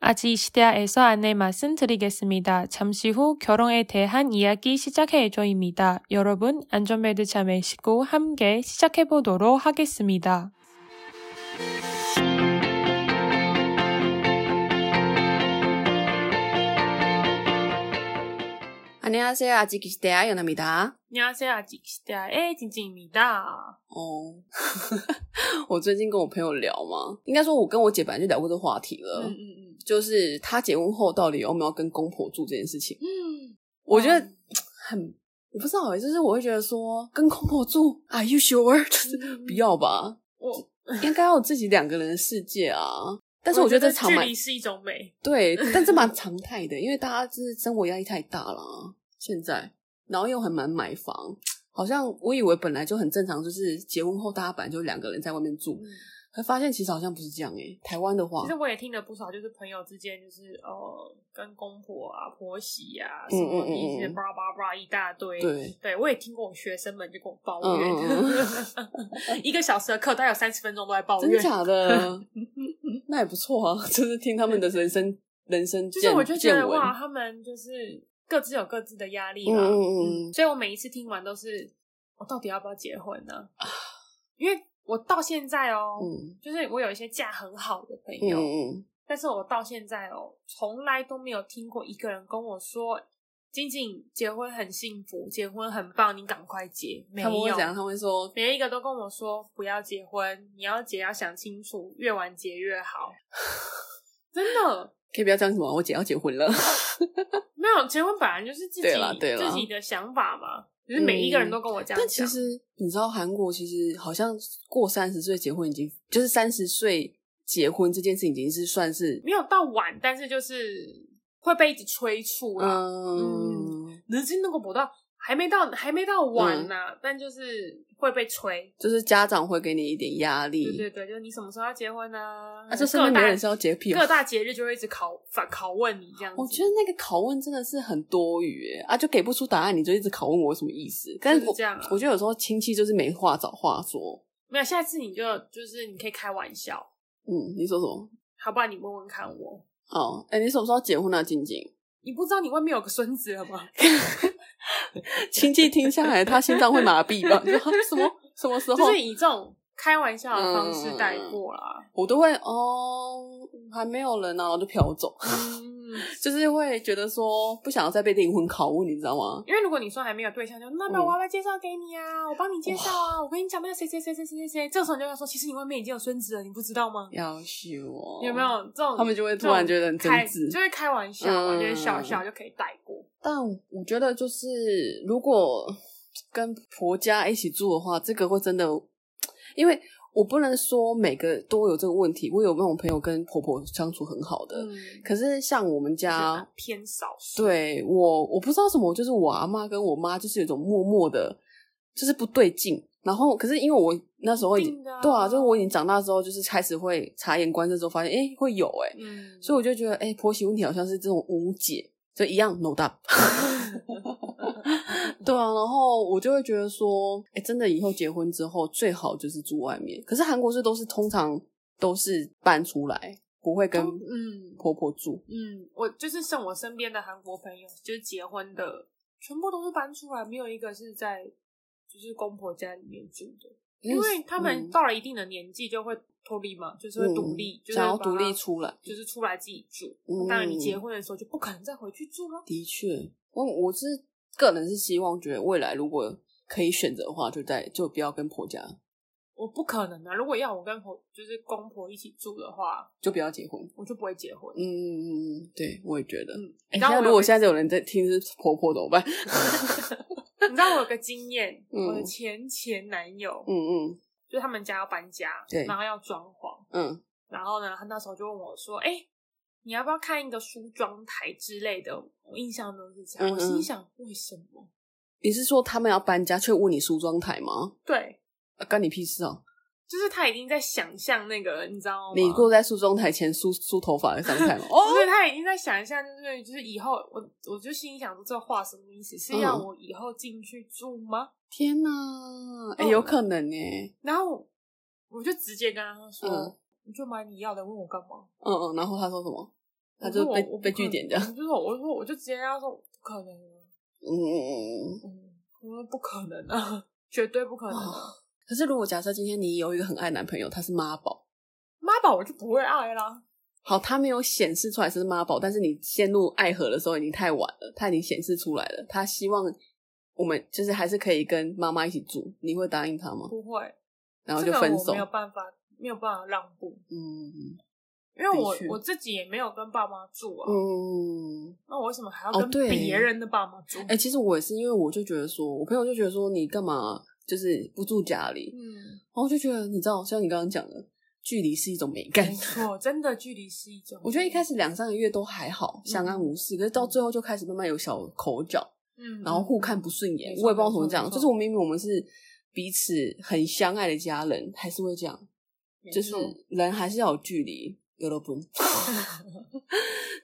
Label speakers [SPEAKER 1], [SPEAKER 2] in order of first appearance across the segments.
[SPEAKER 1] 아직 이 시대에서 안내 말씀드리겠습니다. 잠시 후 결혼에 대한 이야기 시작해줘입니다. 여러분 안전벨트 잠으시고 함께 시작해보도록 하겠습니다.
[SPEAKER 2] 안녕하세요. 아직 시대야 연아입니다.
[SPEAKER 1] 안녕하세요. 아직 시대의 진진입니다.
[SPEAKER 2] 哦， 我最近跟我朋友聊嘛，应该说我跟我姐本来就聊过这个话题了，
[SPEAKER 1] 嗯
[SPEAKER 2] 就是她结婚后到底有没有跟公婆住这件事情，
[SPEAKER 1] 嗯
[SPEAKER 2] 我觉得
[SPEAKER 1] 아,
[SPEAKER 2] 很我不知道欸，就是我会觉得说跟公婆住，Are you sure？就是
[SPEAKER 1] 嗯
[SPEAKER 2] 不要吧，
[SPEAKER 1] 我
[SPEAKER 2] 应该要有自己两个人的世界啊。但是我觉得这常蛮
[SPEAKER 1] 是一种美。
[SPEAKER 2] 对，但这蛮常态的，因为大家就是生活压力太大了，现在，然后又很难买房，好像我以为本来就很正常，就是结婚后大家本来就两个人在外面住，可发现其实好像不是这样诶、欸台湾的话
[SPEAKER 1] 其实，我也听了不少，就是朋友之间，就是呃，跟公婆啊、婆媳啊，
[SPEAKER 2] 嗯
[SPEAKER 1] 什么
[SPEAKER 2] 嗯嗯
[SPEAKER 1] 一直
[SPEAKER 2] 嗯
[SPEAKER 1] 叭叭叭一大堆。
[SPEAKER 2] 对，
[SPEAKER 1] 我也听过我学生们就跟我抱
[SPEAKER 2] 嗯
[SPEAKER 1] 怨，
[SPEAKER 2] 嗯
[SPEAKER 1] 一个小时的课大概有三十分钟都在抱
[SPEAKER 2] 真
[SPEAKER 1] 怨。
[SPEAKER 2] 假的，那也不错啊， 就是听他们的人生人 生
[SPEAKER 1] 就
[SPEAKER 2] 见
[SPEAKER 1] 是我就觉
[SPEAKER 2] 见
[SPEAKER 1] 得
[SPEAKER 2] 闻，
[SPEAKER 1] 哇，他们就是各自有各自的压力
[SPEAKER 2] 嗯
[SPEAKER 1] 嘛。
[SPEAKER 2] 嗯嗯嗯
[SPEAKER 1] 所以我每一次听完都是，我到底要不要结婚呢、 因为我到现在哦，
[SPEAKER 2] 嗯
[SPEAKER 1] 就是我有一些嫁很好的朋
[SPEAKER 2] 嗯
[SPEAKER 1] 友，
[SPEAKER 2] 嗯
[SPEAKER 1] 但是我到现在哦，从来都没有听过一个人跟我说，仅仅结婚很幸福，结婚很棒，你赶快结。
[SPEAKER 2] 嗯，
[SPEAKER 1] 没
[SPEAKER 2] 他们会
[SPEAKER 1] 有
[SPEAKER 2] 怎，样？他们会说，
[SPEAKER 1] 每一个都跟我说不要结婚，你要结要想清楚，越晚结越 好。真的
[SPEAKER 2] 可以不要这样什么，我姐要结婚了，
[SPEAKER 1] 没有结婚本来就是自己
[SPEAKER 2] 对啦对啦嗯
[SPEAKER 1] 自己的想法嘛，只是每一个人都跟我这样讲。
[SPEAKER 2] 但其实你知道，韩国其实好像过三十岁结婚已经，就是三十岁结婚这件事已经是算是，
[SPEAKER 1] 没有到晚，但是就是会被一直催促啦。
[SPEAKER 2] 嗯，
[SPEAKER 1] 能进那个不到，还没到，还没到晚呢、但就是会被催。
[SPEAKER 2] 就是家长会给你一点压力。
[SPEAKER 1] 对对对，就是你什么时候要结婚呢、嗯
[SPEAKER 2] 啊，这身
[SPEAKER 1] 各
[SPEAKER 2] 边没
[SPEAKER 1] 大
[SPEAKER 2] 人是要洁癖吗
[SPEAKER 1] 各？大节日就会一直拷反拷问你这样子。
[SPEAKER 2] 我觉得那个拷问真的是很多余欸啊，就给不出答案，你就一直拷问我有什么意思？但
[SPEAKER 1] 就是
[SPEAKER 2] 我
[SPEAKER 1] 这样啊
[SPEAKER 2] 我觉得有时候亲戚就是没话找话说。
[SPEAKER 1] 没有，下次你就就是你可以开玩笑，
[SPEAKER 2] 嗯，你说什么？
[SPEAKER 1] 好不然你问问看我，
[SPEAKER 2] 哦，哎、你什么时候结婚啊，静静？
[SPEAKER 1] 你不知道你外面有个孙子了吗？
[SPEAKER 2] 亲戚听下来，他心脏会麻痹吧？就 什么什么时候？
[SPEAKER 1] 就是以这种开玩笑的方
[SPEAKER 2] 嗯
[SPEAKER 1] 式带过啦。
[SPEAKER 2] 我都会哦，还没有人呢、然后就飘走，
[SPEAKER 1] 嗯，
[SPEAKER 2] 就是会觉得说不想要再被灵魂拷问，你知道吗？
[SPEAKER 1] 因为如果你说还没有对象，就那么
[SPEAKER 2] 嗯
[SPEAKER 1] 我要不要介绍给你啊？我帮你介绍啊！我跟你讲那个谁谁谁谁谁谁谁，这个时候你就要说，其实你外面已经有孙子了，你不知道吗？
[SPEAKER 2] 要修哦，
[SPEAKER 1] 有没？有这种？
[SPEAKER 2] 他们就会突然觉得很
[SPEAKER 1] 这种开
[SPEAKER 2] 真挚
[SPEAKER 1] 就会开玩笑嘛，
[SPEAKER 2] 嗯
[SPEAKER 1] 就是笑笑就可以带过。
[SPEAKER 2] 但我觉得就是如果跟婆家一起住的话，这个会真的，因为我不能说每个都有这个问题。我有那种朋友跟婆婆相处很好的，
[SPEAKER 1] 嗯，
[SPEAKER 2] 可是像我们
[SPEAKER 1] 就是啊
[SPEAKER 2] 家。
[SPEAKER 1] 偏少数。
[SPEAKER 2] 对我，我不知道什么，就是我阿妈跟我妈就是有一种默默的，就是不对劲。然后，可是因为我那时候已
[SPEAKER 1] 一定
[SPEAKER 2] 经
[SPEAKER 1] 的啊
[SPEAKER 2] 对啊，就是我已经长大之后，就是开始会察言观色之后，发现诶会有诶、
[SPEAKER 1] 嗯，
[SPEAKER 2] 所以我就觉得诶、婆媳问题好像是这种无解，就一样 no up。对啊，然后我就会觉得说，诶、真的以后结婚之后最好就是住外面。可是韩国是都是通常都是搬出来，不会跟
[SPEAKER 1] 嗯
[SPEAKER 2] 婆婆住。
[SPEAKER 1] 嗯，我就是像我身边的韩国朋友，就是结婚的，全部都是搬出来，没有一个是在就是公婆家里面住的，因为他们
[SPEAKER 2] 嗯
[SPEAKER 1] 到了一定的年纪就会脱离嘛，就是会独立，
[SPEAKER 2] 嗯
[SPEAKER 1] 就是
[SPEAKER 2] 想要
[SPEAKER 1] 把
[SPEAKER 2] 独立
[SPEAKER 1] 它
[SPEAKER 2] 出来。
[SPEAKER 1] 就是出来自己住。
[SPEAKER 2] 嗯
[SPEAKER 1] 当然，你结婚的时候就不可能再回去住了。
[SPEAKER 2] 的确，我我是个人是希望，觉得未来如果可以选择的话，就在就不要跟婆家，
[SPEAKER 1] 我不可能啊！如果要我跟婆就是公婆一起住的话，
[SPEAKER 2] 就不要结婚。
[SPEAKER 1] 我就不会结婚。
[SPEAKER 2] 嗯嗯嗯，对，我也觉得。
[SPEAKER 1] 嗯，
[SPEAKER 2] 哎、
[SPEAKER 1] 你知道
[SPEAKER 2] 现
[SPEAKER 1] 我
[SPEAKER 2] 在
[SPEAKER 1] 有
[SPEAKER 2] 如果
[SPEAKER 1] 个
[SPEAKER 2] 现在有人在听是婆婆怎么办？
[SPEAKER 1] 你知道我有个经验，
[SPEAKER 2] 嗯
[SPEAKER 1] 我的前前男友，
[SPEAKER 2] 嗯嗯
[SPEAKER 1] 就是他们家要搬家，
[SPEAKER 2] 对
[SPEAKER 1] 然后要装潢，
[SPEAKER 2] 嗯，
[SPEAKER 1] 然后呢，他那时候就问我说：“哎、你要不要看一个梳妆台之类的？”我印象中是这样，
[SPEAKER 2] 嗯嗯
[SPEAKER 1] 我心想为什么？
[SPEAKER 2] 你是说他们要搬家，却问你梳妆台吗？
[SPEAKER 1] 对，
[SPEAKER 2] 啊、干你屁事啊！
[SPEAKER 1] 就是他已经在想象那个，你知道吗？
[SPEAKER 2] 你坐在梳妆台前梳梳头发的状 态吗？
[SPEAKER 1] 不
[SPEAKER 2] 哦，
[SPEAKER 1] 是，他已经在想象，就是就是以后我我就心里想说，这话什么意思？是要
[SPEAKER 2] 嗯
[SPEAKER 1] 我以后进去住吗？
[SPEAKER 2] 天哪！哎、
[SPEAKER 1] 嗯
[SPEAKER 2] 有可能呢、欸
[SPEAKER 1] 然后我就直接跟他说，
[SPEAKER 2] 嗯
[SPEAKER 1] 你就买你要的，问我干嘛？
[SPEAKER 2] 嗯嗯，然后他说什么？他就被被据点这样。
[SPEAKER 1] 就是我，我说我就直接跟他说不可能啊，
[SPEAKER 2] 嗯，
[SPEAKER 1] 嗯，我说不可能啊，绝对不可能啊。
[SPEAKER 2] 哦可是如果假设今天你有一个很爱的男朋友，他是妈宝，
[SPEAKER 1] 妈宝我就不会爱啦，
[SPEAKER 2] 好，他没有显示出来是妈宝，但是你陷入爱河的时候已经太晚了，他已经显示出来了，他希望我们就是还是可以跟妈妈一起住，你会答应他吗？
[SPEAKER 1] 不会，
[SPEAKER 2] 然后就分
[SPEAKER 1] 这个
[SPEAKER 2] 手
[SPEAKER 1] 我没。有办法，没有办法让步，
[SPEAKER 2] 嗯
[SPEAKER 1] 因为我
[SPEAKER 2] 的确
[SPEAKER 1] 我自己也没有跟爸妈住啊，
[SPEAKER 2] 嗯，
[SPEAKER 1] 那我为什么还要
[SPEAKER 2] 哦
[SPEAKER 1] 跟
[SPEAKER 2] 对
[SPEAKER 1] 别人的爸妈住？
[SPEAKER 2] 哎、其实我也是，因为我就觉得说，我朋友就觉得说你干嘛就是不住家里，
[SPEAKER 1] 嗯，
[SPEAKER 2] 然后我就觉得你知道，像你刚刚讲的，距离是一种美感
[SPEAKER 1] 没。错，真的距离是一种，
[SPEAKER 2] 我觉得一开始两三个月都还好，相安无事，可是到最后就开始慢慢有小口角，
[SPEAKER 1] 嗯，嗯，
[SPEAKER 2] 然后互看不顺眼
[SPEAKER 1] 没，错
[SPEAKER 2] 我也不知道怎么
[SPEAKER 1] 没
[SPEAKER 2] 讲。
[SPEAKER 1] 错
[SPEAKER 2] 就是我明明我们是彼此很相爱的家人，还是会这样，
[SPEAKER 1] 没
[SPEAKER 2] 就是
[SPEAKER 1] 错
[SPEAKER 2] 人还是要有距离，有了不？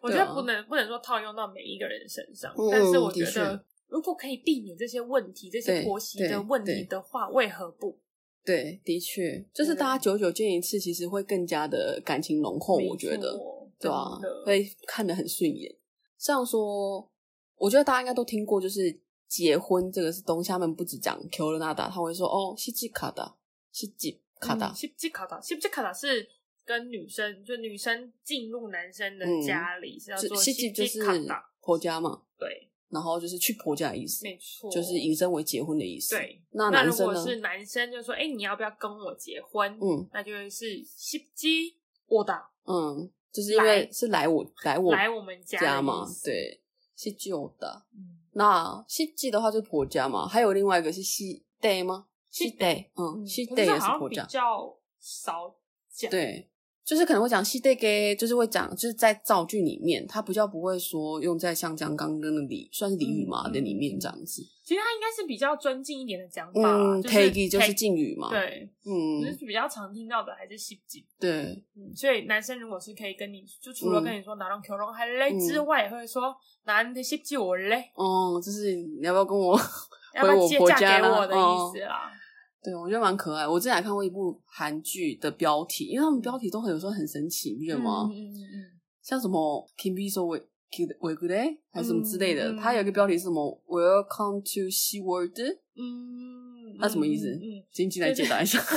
[SPEAKER 1] 我觉
[SPEAKER 2] 对
[SPEAKER 1] 得
[SPEAKER 2] 啊
[SPEAKER 1] 不能、不能说套用到每一个人身上，
[SPEAKER 2] 嗯
[SPEAKER 1] 但是我觉
[SPEAKER 2] 的确
[SPEAKER 1] 得如果可以避免这些问题、这些
[SPEAKER 2] 对
[SPEAKER 1] 婆媳的问
[SPEAKER 2] 对
[SPEAKER 1] 题
[SPEAKER 2] 对
[SPEAKER 1] 的话，为何不？
[SPEAKER 2] 对，的确，就是大家久久见一次，其实会更加的感情浓厚。哦我觉
[SPEAKER 1] 没
[SPEAKER 2] 得，
[SPEAKER 1] 错
[SPEAKER 2] 对啊
[SPEAKER 1] 真的，
[SPEAKER 2] 会看得很顺眼。这样说，我觉得大家应该都听过，就是结婚这个是东西，他们不只讲 “q 了那达”，他会说“哦，西吉卡达，西吉卡达
[SPEAKER 1] 嗯，西不西卡达，西不西卡达是跟女生，就女生进入男生的
[SPEAKER 2] 嗯
[SPEAKER 1] 家里是要
[SPEAKER 2] 这
[SPEAKER 1] 做
[SPEAKER 2] 西吉
[SPEAKER 1] 吉
[SPEAKER 2] 就是
[SPEAKER 1] 卡达，
[SPEAKER 2] 婆家嘛，
[SPEAKER 1] 对，
[SPEAKER 2] 然后就是去婆家的意思。
[SPEAKER 1] 没错，
[SPEAKER 2] 就是引申为结婚的意思。，
[SPEAKER 1] 对。
[SPEAKER 2] 那
[SPEAKER 1] 那
[SPEAKER 2] 男
[SPEAKER 1] 如
[SPEAKER 2] 生
[SPEAKER 1] 果
[SPEAKER 2] 呢？
[SPEAKER 1] 是男生，就说：“哎、你要不要跟我结婚？”
[SPEAKER 2] 嗯
[SPEAKER 1] 那就是西吉我打
[SPEAKER 2] 嗯，就是因为
[SPEAKER 1] 来
[SPEAKER 2] 是来我来我
[SPEAKER 1] 来我们家的
[SPEAKER 2] 家嘛
[SPEAKER 1] 意，思
[SPEAKER 2] 对，是旧的。
[SPEAKER 1] 嗯
[SPEAKER 2] 那西季的话就是婆家嘛，还有另外一个是西 day 吗？西 day，嗯，
[SPEAKER 1] 嗯
[SPEAKER 2] 西
[SPEAKER 1] 可
[SPEAKER 2] day
[SPEAKER 1] 这
[SPEAKER 2] 也
[SPEAKER 1] 好像
[SPEAKER 2] 婆
[SPEAKER 1] 比
[SPEAKER 2] 家，
[SPEAKER 1] 较少讲，
[SPEAKER 2] 对。就是可能会讲西 day 给，就是会讲，就是在造句里面，它比较不会说用在像刚刚跟的俚，算是俚语嘛
[SPEAKER 1] 嗯嗯
[SPEAKER 2] 的里面这样子。
[SPEAKER 1] 其实他应该是比较尊敬一点的讲法啦，
[SPEAKER 2] 嗯
[SPEAKER 1] 就是
[SPEAKER 2] ，take 就是
[SPEAKER 1] take-
[SPEAKER 2] 敬语嘛。，
[SPEAKER 1] 对，就
[SPEAKER 2] 嗯，
[SPEAKER 1] 是比较常听到的还是西吉。
[SPEAKER 2] 对，
[SPEAKER 1] 嗯，所以男生如果是可以跟你，就除了
[SPEAKER 2] 嗯
[SPEAKER 1] 跟你说拿让 Q 龙还嘞
[SPEAKER 2] 嗯
[SPEAKER 1] 之外，也会说拿你的西吉我嘞，
[SPEAKER 2] 哦，就是你要不要跟我
[SPEAKER 1] 要不要
[SPEAKER 2] 我
[SPEAKER 1] 借
[SPEAKER 2] 婆
[SPEAKER 1] 嫁
[SPEAKER 2] 家
[SPEAKER 1] 给
[SPEAKER 2] 啦
[SPEAKER 1] 我的
[SPEAKER 2] 哦
[SPEAKER 1] 意思啦。
[SPEAKER 2] 对，我觉得蛮可爱。我之前还看过一部韩剧的标题，因为他们标题都很有时候很神奇，你觉得吗？
[SPEAKER 1] 嗯嗯嗯嗯，
[SPEAKER 2] 像什么 “Kim b i so we we good day” 还是什么之类的，
[SPEAKER 1] 嗯嗯
[SPEAKER 2] 它有一个标题是什么 “Welcome to Sea World”，
[SPEAKER 1] 嗯，嗯
[SPEAKER 2] 那什么意思
[SPEAKER 1] 嗯，嗯
[SPEAKER 2] 请进来解答一下。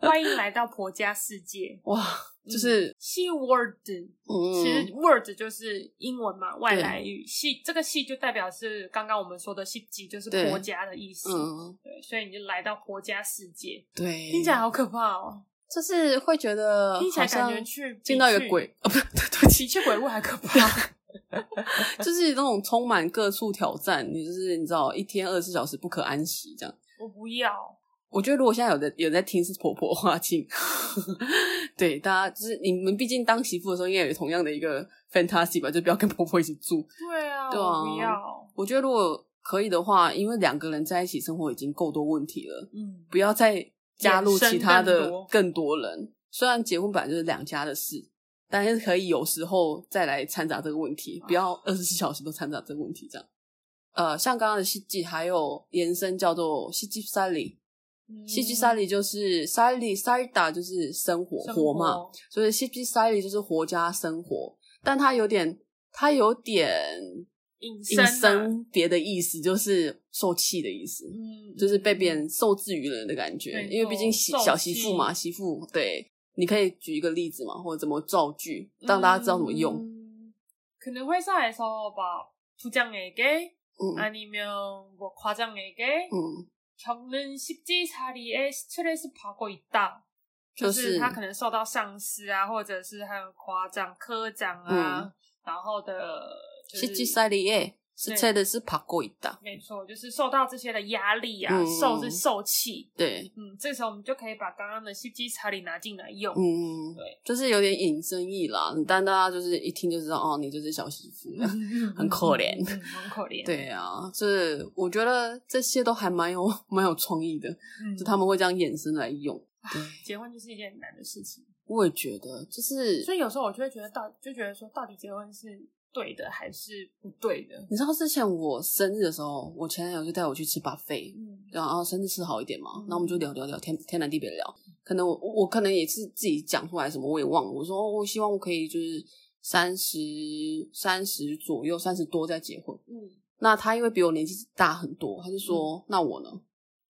[SPEAKER 1] 欢迎来到婆家世界。
[SPEAKER 2] 哇， 就是
[SPEAKER 1] 西 word，其实
[SPEAKER 2] 嗯，
[SPEAKER 1] word 就是英文嘛，外来语。系这个系就代表是刚刚我们说的系级，就是
[SPEAKER 2] 对
[SPEAKER 1] 婆家的意思。
[SPEAKER 2] 嗯，
[SPEAKER 1] 对，所以你就来到婆家世界，
[SPEAKER 2] 对，
[SPEAKER 1] 听起来好可怕哦！
[SPEAKER 2] 就是会觉得
[SPEAKER 1] 听起来
[SPEAKER 2] 好像
[SPEAKER 1] 感觉去比
[SPEAKER 2] 见到一个
[SPEAKER 1] 去
[SPEAKER 2] 鬼，啊，不对，对不起，
[SPEAKER 1] 比去鬼屋还可 怕。
[SPEAKER 2] 就是那种充满各处挑战，你就是你知道一天二十四小时不可安息这样。
[SPEAKER 1] 我不要，
[SPEAKER 2] 我觉得如果现在有的有在听是婆婆的话，请对大家就是你们，毕竟当媳妇的时候应该有同样的一个 fantasy 吧，就不要跟婆婆一起住。
[SPEAKER 1] 对啊，
[SPEAKER 2] 对啊
[SPEAKER 1] 我不要，
[SPEAKER 2] 我觉得如果可以的话，因为两个人在一起生活已经够多问题了，
[SPEAKER 1] 嗯，
[SPEAKER 2] 不要再加入其他
[SPEAKER 1] 衍
[SPEAKER 2] 的
[SPEAKER 1] 生
[SPEAKER 2] 更多人。虽然结婚本来就是两家的事，但是可以有时候再来掺杂这个问题，不要二十四小时都掺杂这个问题这样。呃，像刚刚的戏剧，还有延伸叫做戏剧三里，西居塞里就是塞里塞达就是生活
[SPEAKER 1] 嗯生
[SPEAKER 2] 活嘛，，所以西居塞里就是活加生活，但它有点它有点
[SPEAKER 1] 隐
[SPEAKER 2] 引
[SPEAKER 1] 身啊，
[SPEAKER 2] 申别的意思，就是受气的意思，
[SPEAKER 1] 嗯，
[SPEAKER 2] 就是被别人受制于人的感觉
[SPEAKER 1] 没，错
[SPEAKER 2] 因为毕竟媳
[SPEAKER 1] 受气
[SPEAKER 2] 小媳妇嘛，媳妇对，你可以举一个例子嘛，或者怎么造句，让大家知道怎么用。
[SPEAKER 1] 嗯可能会上来说吧，부장에게
[SPEAKER 2] 嗯
[SPEAKER 1] 아니면뭐과장에게
[SPEAKER 2] 嗯，
[SPEAKER 1] 겪는 십지살이에 스트레스 받고 있다.
[SPEAKER 2] 就
[SPEAKER 1] 就是是他可能受到上司啊，或者是还有夸张科长啊，
[SPEAKER 2] 嗯
[SPEAKER 1] 然后的、就是，
[SPEAKER 2] 西居塞里耶是
[SPEAKER 1] 对
[SPEAKER 2] 真的是爬过一大，
[SPEAKER 1] 没错，就是受到这些的压力啊，
[SPEAKER 2] 嗯
[SPEAKER 1] 受是受气，
[SPEAKER 2] 对，
[SPEAKER 1] 嗯，这时候我们就可以把刚刚的西基查理拿进来用，
[SPEAKER 2] 嗯，
[SPEAKER 1] 对，
[SPEAKER 2] 就是有点引申意啦，但大家就是一听就知道，哦，你就是小媳妇。很可怜
[SPEAKER 1] 嗯嗯很可怜，
[SPEAKER 2] 对啊，这我觉得这些都还蛮有 蛮有创意的，
[SPEAKER 1] 嗯，
[SPEAKER 2] 就他们会这样衍生来用。
[SPEAKER 1] 结婚就是一件很难的事情，
[SPEAKER 2] 我也觉得，就是
[SPEAKER 1] 所以有时候我就会觉得到，就觉得说，到底结婚是对的还是不对的？
[SPEAKER 2] 你知道之前我生日的时候，我前男友就带我去吃 buffet，
[SPEAKER 1] 嗯，
[SPEAKER 2] 然后生日吃好一点嘛，
[SPEAKER 1] 嗯
[SPEAKER 2] 然后我们就聊聊聊天天南地北聊。可能我我我可能也是自己讲出来什么，我也忘了。我说、哦我希望我可以就是三十三十左右，三十多再结婚。
[SPEAKER 1] 嗯，
[SPEAKER 2] 那他因为比我年纪大很多，他就说：“那我呢？”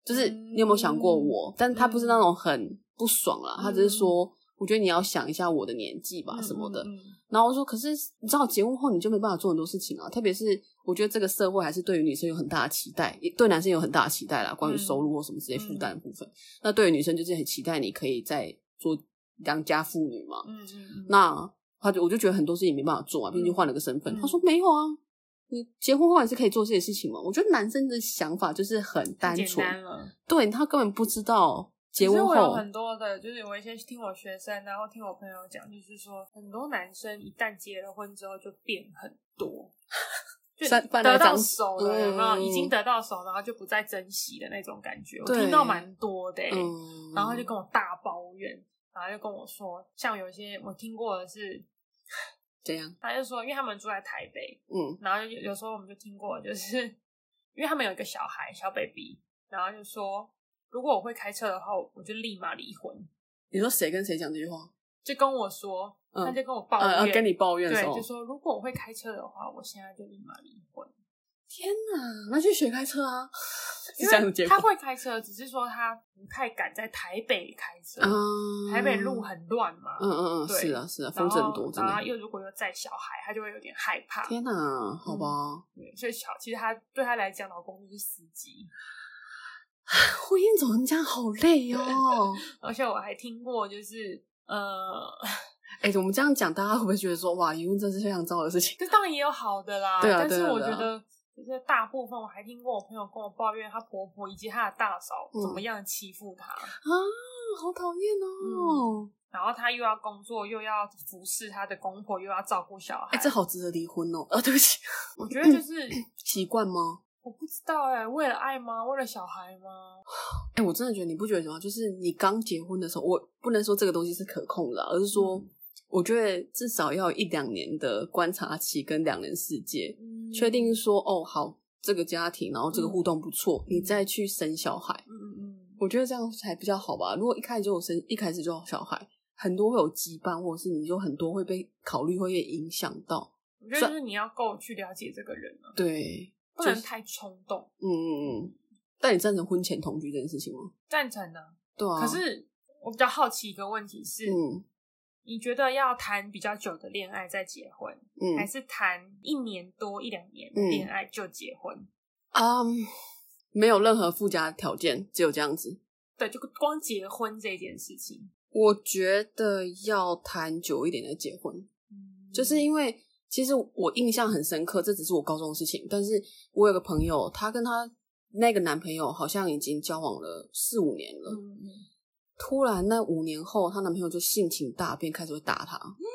[SPEAKER 2] 就是
[SPEAKER 1] 嗯
[SPEAKER 2] 你有没有想过我？但他不是那种很不爽啦，他只是说：“我觉得你要想一下我的年纪吧，啊什么的。
[SPEAKER 1] 嗯嗯
[SPEAKER 2] 然后我说：“可是你知道，结婚后你就没办法做很多事情啊，特别是我觉得这个社会还是对于女生有很大的期待，也对男生有很大的期待啦，关于
[SPEAKER 1] 嗯
[SPEAKER 2] 收入或什么这些负担的部分。那对于女生就是很期待你可以再做良家妇女嘛。
[SPEAKER 1] 嗯嗯嗯，
[SPEAKER 2] 那他就我就觉得很多事情没办法做啊，毕竟就换了个身份。
[SPEAKER 1] 嗯
[SPEAKER 2] 他说没有啊，你结婚后也是可以做这些事情嘛。我觉得男生的想法就是很单
[SPEAKER 1] 太简
[SPEAKER 2] 纯，
[SPEAKER 1] 单了。
[SPEAKER 2] 对他根本不知道结
[SPEAKER 1] 其
[SPEAKER 2] 婚
[SPEAKER 1] 实我有
[SPEAKER 2] 后，
[SPEAKER 1] 很多的，就是我一些听我学生，然后听我朋友讲，就是说很多男生一旦结了婚之后就变很多，就
[SPEAKER 2] 三翻来
[SPEAKER 1] 得到
[SPEAKER 2] 张
[SPEAKER 1] 手了，有没有？
[SPEAKER 2] 嗯
[SPEAKER 1] 已经得到手，然后就不再珍惜的那种感觉。我
[SPEAKER 2] 对
[SPEAKER 1] 听到蛮多的欸、
[SPEAKER 2] 嗯，
[SPEAKER 1] 然后他就跟我大抱怨，然后就跟我说，像有一些我听过的是，
[SPEAKER 2] 怎样？
[SPEAKER 1] 他就说，因为他们住在台北，
[SPEAKER 2] 嗯
[SPEAKER 1] 然后有有时候我们就听过，就是 因为他们有一个小孩小 baby，然后就说，如果我会开车的话，我就立马离婚。
[SPEAKER 2] 你说谁跟谁讲这句话？
[SPEAKER 1] 就跟我说，
[SPEAKER 2] 嗯
[SPEAKER 1] 他就跟我抱
[SPEAKER 2] 呃，
[SPEAKER 1] 怨，
[SPEAKER 2] 呃跟你抱怨的时
[SPEAKER 1] 对，
[SPEAKER 2] 候
[SPEAKER 1] 就，说如果我会开车的话，我现在就立马离婚。
[SPEAKER 2] 天哪，那去学开车啊，是
[SPEAKER 1] 因
[SPEAKER 2] 这样的结
[SPEAKER 1] 为
[SPEAKER 2] 果
[SPEAKER 1] 他。会开车，只是说他不太敢在台北开车，
[SPEAKER 2] 嗯，
[SPEAKER 1] 台北路，很乱嘛，
[SPEAKER 2] 嗯嗯嗯，
[SPEAKER 1] 对
[SPEAKER 2] 是啊是啊，
[SPEAKER 1] 然
[SPEAKER 2] 风筝
[SPEAKER 1] 后
[SPEAKER 2] 多，真
[SPEAKER 1] 然后
[SPEAKER 2] 的。
[SPEAKER 1] 又如果又载小孩，他就会有点害怕。
[SPEAKER 2] 天哪，好吧，
[SPEAKER 1] 对所以小其实他对他来讲，老公就是司机。
[SPEAKER 2] 婚姻走成这样好累哦。
[SPEAKER 1] 而且我还听过，就是呃，
[SPEAKER 2] 哎、我们这样讲，大家会不会觉得说，哇，离婚真是非常糟的事情？
[SPEAKER 1] 可是当然也有好的啦，
[SPEAKER 2] 对啊
[SPEAKER 1] 但是
[SPEAKER 2] 对啊
[SPEAKER 1] 我
[SPEAKER 2] 对啊
[SPEAKER 1] 觉得。就是大部分我还听过我朋友跟我抱怨她婆婆以及她的大嫂
[SPEAKER 2] 嗯
[SPEAKER 1] 怎么样欺负她，
[SPEAKER 2] 啊，好讨厌哦！
[SPEAKER 1] 然后她又要工作，又要服侍她的公婆，又要照顾小孩。
[SPEAKER 2] 哎、这，好嗯值得离婚哦。啊，对不起，
[SPEAKER 1] 我觉得就是
[SPEAKER 2] 习惯吗？
[SPEAKER 1] 我不知道哎、为了爱吗？为了小孩吗？
[SPEAKER 2] 哎、我真的觉得你不觉得吗？就是你刚结婚的时候，我不能说这个东西是可控的啊，而是说，
[SPEAKER 1] 嗯
[SPEAKER 2] 我觉得至少要有一两年的观察期跟两人世界，
[SPEAKER 1] 嗯
[SPEAKER 2] 确定说，哦，好，这个家庭，然后这个
[SPEAKER 1] 嗯
[SPEAKER 2] 互动不错，你再去生小孩。
[SPEAKER 1] 嗯嗯
[SPEAKER 2] 我觉得这样才比较好吧。如果一开始就有生，一开始就有小孩，很多会有羁绊，或者是你就很多会被考虑，会被影响到。
[SPEAKER 1] 嗯，我觉得就是你要够去了解这个人啊，
[SPEAKER 2] 对，
[SPEAKER 1] 不
[SPEAKER 2] 就
[SPEAKER 1] 能
[SPEAKER 2] 是
[SPEAKER 1] 太冲动。
[SPEAKER 2] 嗯嗯嗯。但你赞成婚前同居这件事情吗？
[SPEAKER 1] 赞成的，
[SPEAKER 2] 对啊。
[SPEAKER 1] 可，是我比较好奇一个问题是，
[SPEAKER 2] 嗯
[SPEAKER 1] 你觉得要谈比较久的恋爱再结婚，还
[SPEAKER 2] 嗯
[SPEAKER 1] 是谈一年多一两年的恋爱就结婚？
[SPEAKER 2] 啊没有任何附加条件，只有这样子。
[SPEAKER 1] 对，就光结婚这件事情，
[SPEAKER 2] 我觉得要谈久一点再结婚，
[SPEAKER 1] 嗯
[SPEAKER 2] 就是因为其实我印象很深刻，这只是我高中的事情。但是我有个朋友，她跟她那个男朋友好像已经交往了四五年了。
[SPEAKER 1] 嗯嗯
[SPEAKER 2] 突然那五年后，她男朋友就性情大变，开始会打她。
[SPEAKER 1] 嗯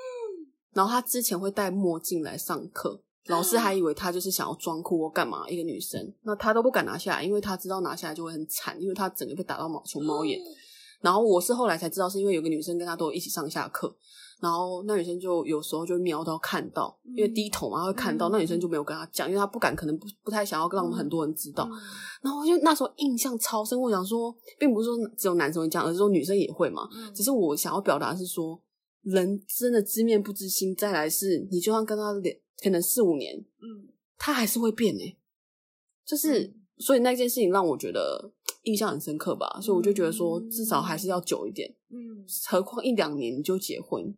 [SPEAKER 2] 然后她之前会戴墨镜来上课，老
[SPEAKER 1] 嗯
[SPEAKER 2] 师还以为她就是想要装酷或干嘛，一个女生，那她都不敢拿下来，因为她知道拿下来就会很惨，因为她整个被打到毛熊猫
[SPEAKER 1] 嗯
[SPEAKER 2] 眼。然后我是后来才知道，是因为有个女生跟她都一起上下课，然后那女生就有时候就瞄到看到，
[SPEAKER 1] 嗯
[SPEAKER 2] 因为低头嘛她会看到，
[SPEAKER 1] 嗯
[SPEAKER 2] 那女生就没有跟她讲，因为她不敢，可能不不太想要让很多人知道。
[SPEAKER 1] 嗯
[SPEAKER 2] 然后我就那时候印象超深，我想说，并不是说只有男生会这样，而是说女生也会嘛。
[SPEAKER 1] 嗯
[SPEAKER 2] 只是我想要表达的是说，人真的知面不知心。再来是，你就算跟他连可能四五年，
[SPEAKER 1] 嗯
[SPEAKER 2] 他还是会变诶、就是、
[SPEAKER 1] 嗯
[SPEAKER 2] 所以那件事情让我觉得印象很深刻吧。所以我就觉得说，至少还是要久一点，
[SPEAKER 1] 嗯
[SPEAKER 2] 何况一两年你就结婚，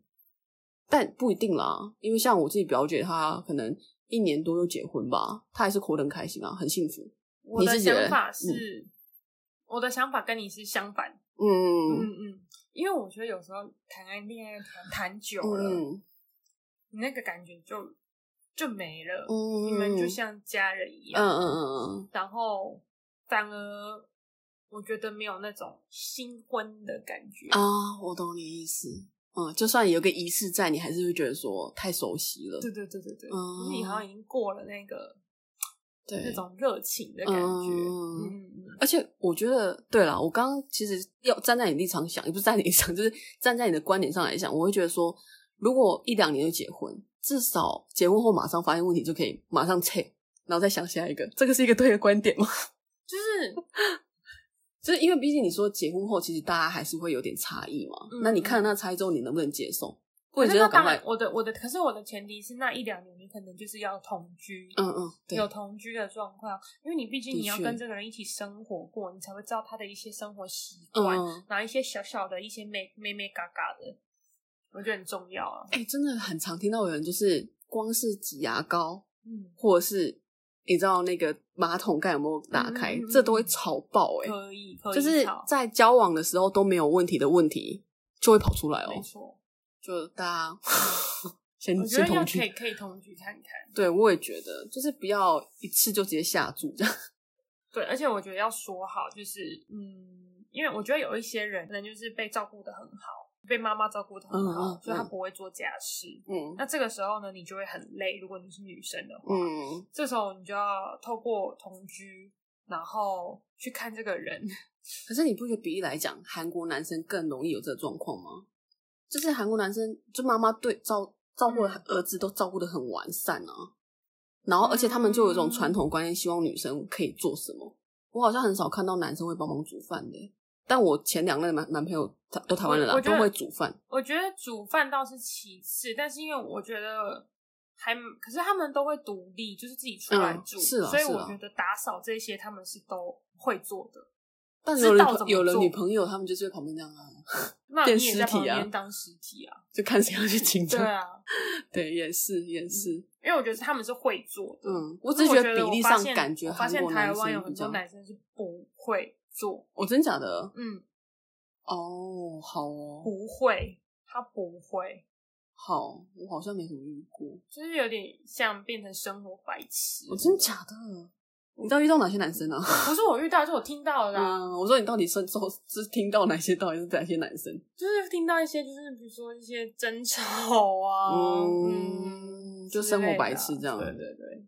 [SPEAKER 2] 但不一定啦，因为像我自己表姐，她可能一年多就结婚吧，她还是活得很开心啊，很幸福。
[SPEAKER 1] 我的
[SPEAKER 2] 你是觉得
[SPEAKER 1] 想法是，我的想法跟你是相反。嗯
[SPEAKER 2] 嗯
[SPEAKER 1] 嗯，因为我觉得有时候谈爱恋爱谈谈久了，
[SPEAKER 2] 嗯
[SPEAKER 1] 你那个感觉就就没了，
[SPEAKER 2] 嗯，
[SPEAKER 1] 你们就像家人一样。
[SPEAKER 2] 嗯嗯嗯
[SPEAKER 1] 然后反而我觉得没有那种新婚的感觉
[SPEAKER 2] 嗯。啊，我懂你意思。嗯，就算有个仪式在，你还是会觉得说太熟悉了。
[SPEAKER 1] 对对对对对，
[SPEAKER 2] 嗯
[SPEAKER 1] 就是你好像已经过了那个
[SPEAKER 2] 对
[SPEAKER 1] 那种热情的感觉。
[SPEAKER 2] 嗯
[SPEAKER 1] 嗯嗯嗯
[SPEAKER 2] 而且我觉得，对啦，我刚刚其实要站在你立场想，也不是站在你立场， 就是站在你的观点上来想，我会觉得说，如果一两年就结婚，至少结婚后马上发现问题就可以马上撤，然后再想下一个，这个是一个对的观点吗？
[SPEAKER 1] 就是
[SPEAKER 2] 就是因为毕竟你说结婚后，其实大家还是会有点差异嘛。
[SPEAKER 1] 嗯
[SPEAKER 2] 那你看了那差异之后，你能不能接受？不然
[SPEAKER 1] 可
[SPEAKER 2] 就是要
[SPEAKER 1] 那
[SPEAKER 2] 赶
[SPEAKER 1] 当
[SPEAKER 2] 快
[SPEAKER 1] 然，。我的我的，可是我的前提是那一两年你可能就是要同居，
[SPEAKER 2] 嗯嗯，对
[SPEAKER 1] 有同居的状况，因为你毕竟
[SPEAKER 2] 的
[SPEAKER 1] 你要
[SPEAKER 2] 确
[SPEAKER 1] 跟这个人一起生活过，你才会知道他的一些生活习惯，
[SPEAKER 2] 嗯，
[SPEAKER 1] 然后一些小小的一些妹妹妹嘎嘎的，我觉得很重要啊。
[SPEAKER 2] 哎、真的很常听到有人就是光是挤牙膏，
[SPEAKER 1] 嗯，
[SPEAKER 2] 或者是你知道那个马桶盖有没有打开，
[SPEAKER 1] 嗯嗯嗯
[SPEAKER 2] 这都会吵爆哎、
[SPEAKER 1] 可以，可以
[SPEAKER 2] 就是
[SPEAKER 1] 吵
[SPEAKER 2] 在交往的时候都没有问题的问题，就会跑出来哦
[SPEAKER 1] 没。错，
[SPEAKER 2] 就大家先
[SPEAKER 1] 我觉
[SPEAKER 2] 先
[SPEAKER 1] 得要
[SPEAKER 2] 同
[SPEAKER 1] 可以
[SPEAKER 2] 居，
[SPEAKER 1] 可以同居看看。
[SPEAKER 2] 对我也觉得，就是不要一次就直接下注这样。
[SPEAKER 1] 对，而且我觉得要说好，就是嗯，因为我觉得有一些人可能就是被照顾的很好，被妈妈照顾的很好，
[SPEAKER 2] 嗯嗯
[SPEAKER 1] 所以他
[SPEAKER 2] 嗯
[SPEAKER 1] 不会做家事。
[SPEAKER 2] 嗯
[SPEAKER 1] 那这个时候呢，你就会很累。如果你是女生的话，
[SPEAKER 2] 嗯，
[SPEAKER 1] 这时候你就要透过同居，然后去看这个人。
[SPEAKER 2] 可是你不觉得比例来讲，韩国男生更容易有这个状况吗？就是韩国男生，就妈妈对照照顾
[SPEAKER 1] 嗯
[SPEAKER 2] 儿子都照顾的很完善啊，然后而且他们就有一种
[SPEAKER 1] 嗯
[SPEAKER 2] 传统观念，希望女生可以做什么。我好像很少看到男生会帮忙煮饭的、但我前两任男男朋友他都台湾人
[SPEAKER 1] 我
[SPEAKER 2] 啦，
[SPEAKER 1] 我觉
[SPEAKER 2] 都
[SPEAKER 1] 得
[SPEAKER 2] 会煮饭。
[SPEAKER 1] 我觉得煮饭倒是其次，但是因为我觉得还，可是他们都会独立，就是自己出来
[SPEAKER 2] 嗯
[SPEAKER 1] 住，
[SPEAKER 2] 是啊
[SPEAKER 1] 所以
[SPEAKER 2] 是
[SPEAKER 1] 我
[SPEAKER 2] 啊
[SPEAKER 1] 觉得打扫这些他们是都会做的。
[SPEAKER 2] 但
[SPEAKER 1] 知
[SPEAKER 2] 有了
[SPEAKER 1] 道
[SPEAKER 2] 女
[SPEAKER 1] 怎
[SPEAKER 2] 朋
[SPEAKER 1] 么
[SPEAKER 2] 有了
[SPEAKER 1] 做
[SPEAKER 2] 女朋友，他们就是在旁边这样啊，
[SPEAKER 1] 那
[SPEAKER 2] 变
[SPEAKER 1] 你也在
[SPEAKER 2] 尸体
[SPEAKER 1] 旁
[SPEAKER 2] 啊
[SPEAKER 1] 边当尸体 啊？
[SPEAKER 2] 就看谁要去竞
[SPEAKER 1] 对
[SPEAKER 2] 争。
[SPEAKER 1] 啊，
[SPEAKER 2] 对，也是也是，
[SPEAKER 1] 因为我觉得他们是会做的。
[SPEAKER 2] 嗯，
[SPEAKER 1] 可
[SPEAKER 2] 我只
[SPEAKER 1] 是
[SPEAKER 2] 是
[SPEAKER 1] 我
[SPEAKER 2] 觉
[SPEAKER 1] 觉得
[SPEAKER 2] 得比
[SPEAKER 1] 我
[SPEAKER 2] 例
[SPEAKER 1] 发
[SPEAKER 2] 上
[SPEAKER 1] 现
[SPEAKER 2] 感觉
[SPEAKER 1] 我发
[SPEAKER 2] 韩
[SPEAKER 1] 现
[SPEAKER 2] 国
[SPEAKER 1] 台
[SPEAKER 2] 男
[SPEAKER 1] 湾有
[SPEAKER 2] 生
[SPEAKER 1] 很
[SPEAKER 2] 比
[SPEAKER 1] 多
[SPEAKER 2] 较，
[SPEAKER 1] 男生是不会做，
[SPEAKER 2] 我真假的
[SPEAKER 1] 嗯，
[SPEAKER 2] 哦，好哦，
[SPEAKER 1] 不会，他不会，
[SPEAKER 2] 好，我好像没什么遇过。
[SPEAKER 1] 就是有点像变成生活白痴
[SPEAKER 2] 我、。真假的？你到底遇到哪些男生啊？
[SPEAKER 1] 不是我遇到，是我听到的啊、
[SPEAKER 2] 嗯， 我说你到底是受是听到哪些，到底是哪些男生？
[SPEAKER 1] 就是听到一些，就是比如说一些争吵啊，
[SPEAKER 2] 嗯
[SPEAKER 1] 嗯，
[SPEAKER 2] 就
[SPEAKER 1] 之
[SPEAKER 2] 生活
[SPEAKER 1] 类的
[SPEAKER 2] 白
[SPEAKER 1] 啊
[SPEAKER 2] 痴这样
[SPEAKER 1] 对对对，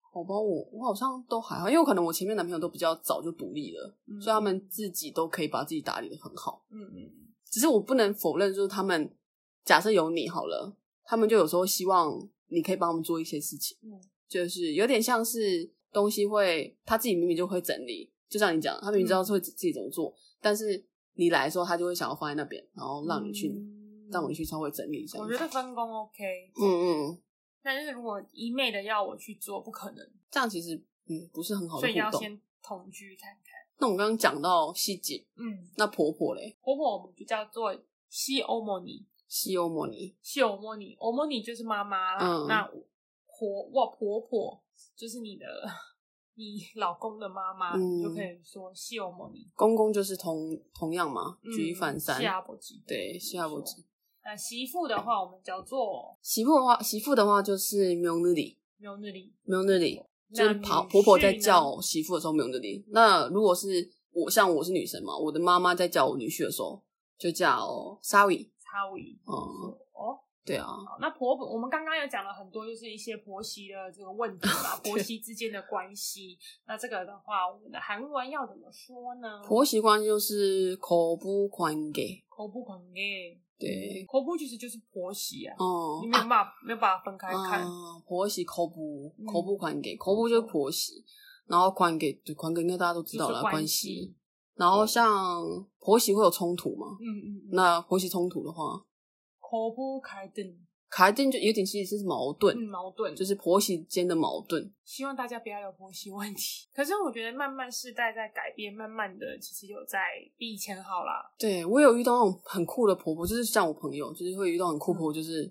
[SPEAKER 2] 好吧，我我好像都还好，因为我可能我前面男朋友都比较早就独立了，
[SPEAKER 1] 嗯
[SPEAKER 2] 所以他们自己都可以把自己打理的很好。
[SPEAKER 1] 嗯嗯，
[SPEAKER 2] 只是我不能否认，就是他们假设有你好了，他们就有时候希望你可以帮他们做一些事情，
[SPEAKER 1] 嗯
[SPEAKER 2] 就是有点像是东西会他自己明明就会整理，就像你讲，他明明知
[SPEAKER 1] 嗯
[SPEAKER 2] 道是会自己怎么做，但是你来的时候，他就会想要放在那边，然后让你去，让我
[SPEAKER 1] 去。
[SPEAKER 2] 去稍微整理一下。
[SPEAKER 1] 嗯我觉得，分工 OK，
[SPEAKER 2] 嗯嗯，
[SPEAKER 1] 但是如果一昧的要我去做，不可能，
[SPEAKER 2] 这样其实嗯不是很好的
[SPEAKER 1] 所以要
[SPEAKER 2] 互动。
[SPEAKER 1] 先同居看看。
[SPEAKER 2] 那我们刚刚讲到细节，
[SPEAKER 1] 嗯，
[SPEAKER 2] 那婆婆嘞，
[SPEAKER 1] 婆婆我们就叫做西欧莫尼，
[SPEAKER 2] 西欧摩尼，
[SPEAKER 1] 西欧莫尼，欧莫尼就是妈妈啦。
[SPEAKER 2] 嗯
[SPEAKER 1] 那婆哇婆婆就是你的 你老公的妈妈，
[SPEAKER 2] 嗯
[SPEAKER 1] 你就可以说西欧莫尼。
[SPEAKER 2] 公公就是同同样嘛，
[SPEAKER 1] 嗯
[SPEAKER 2] 举一反三。
[SPEAKER 1] 西阿伯吉。
[SPEAKER 2] 对，西亚伯吉。
[SPEAKER 1] 那媳妇的话，我们叫做
[SPEAKER 2] 媳妇的话，媳妇的话就是苗日里，
[SPEAKER 1] 苗那里。
[SPEAKER 2] 苗日里就
[SPEAKER 1] 那
[SPEAKER 2] 是婆
[SPEAKER 1] 女
[SPEAKER 2] 婆婆
[SPEAKER 1] 婿
[SPEAKER 2] 在
[SPEAKER 1] 呢
[SPEAKER 2] 叫媳妇的时候苗日里。那如果是我，像我是女生嘛，我的妈妈在叫我女婿的时候，就叫沙维。
[SPEAKER 1] 差尾。
[SPEAKER 2] 嗯，
[SPEAKER 1] 哦，
[SPEAKER 2] 对啊，
[SPEAKER 1] 好，那婆婆，我们刚刚有讲了很多，就是一些婆媳的这个问题 嘛，婆媳之间的关系。那这个的话，我们的韩文要怎么说呢？
[SPEAKER 2] 婆媳关系就是口不宽给。
[SPEAKER 1] 口不孔给，
[SPEAKER 2] 对，
[SPEAKER 1] 口不其实就是婆媳啊，
[SPEAKER 2] 哦、
[SPEAKER 1] 你
[SPEAKER 2] 嗯，
[SPEAKER 1] 没有办法、没有办法分开看。
[SPEAKER 2] 啊，婆媳口不
[SPEAKER 1] 嗯
[SPEAKER 2] 口不宽给，口不就是婆媳，然后宽给对宽给应该大家都知道
[SPEAKER 1] 就
[SPEAKER 2] 了
[SPEAKER 1] 是关
[SPEAKER 2] 关
[SPEAKER 1] 系
[SPEAKER 2] 系。然后像婆媳会有冲突嘛？
[SPEAKER 1] 嗯嗯嗯，
[SPEAKER 2] 那婆媳冲突的话，
[SPEAKER 1] 口不开灯，
[SPEAKER 2] 卡丁就有点其实是矛盾，
[SPEAKER 1] 嗯，矛盾。
[SPEAKER 2] 就是婆媳间的矛盾。
[SPEAKER 1] 希望大家不要有婆媳问题。可是我觉得慢慢世代在改变，慢慢的其实有在比以前好啦。
[SPEAKER 2] 对我有遇到那种很酷的婆婆，就是像我朋友，就是会遇到很
[SPEAKER 1] 嗯
[SPEAKER 2] 酷婆婆，就是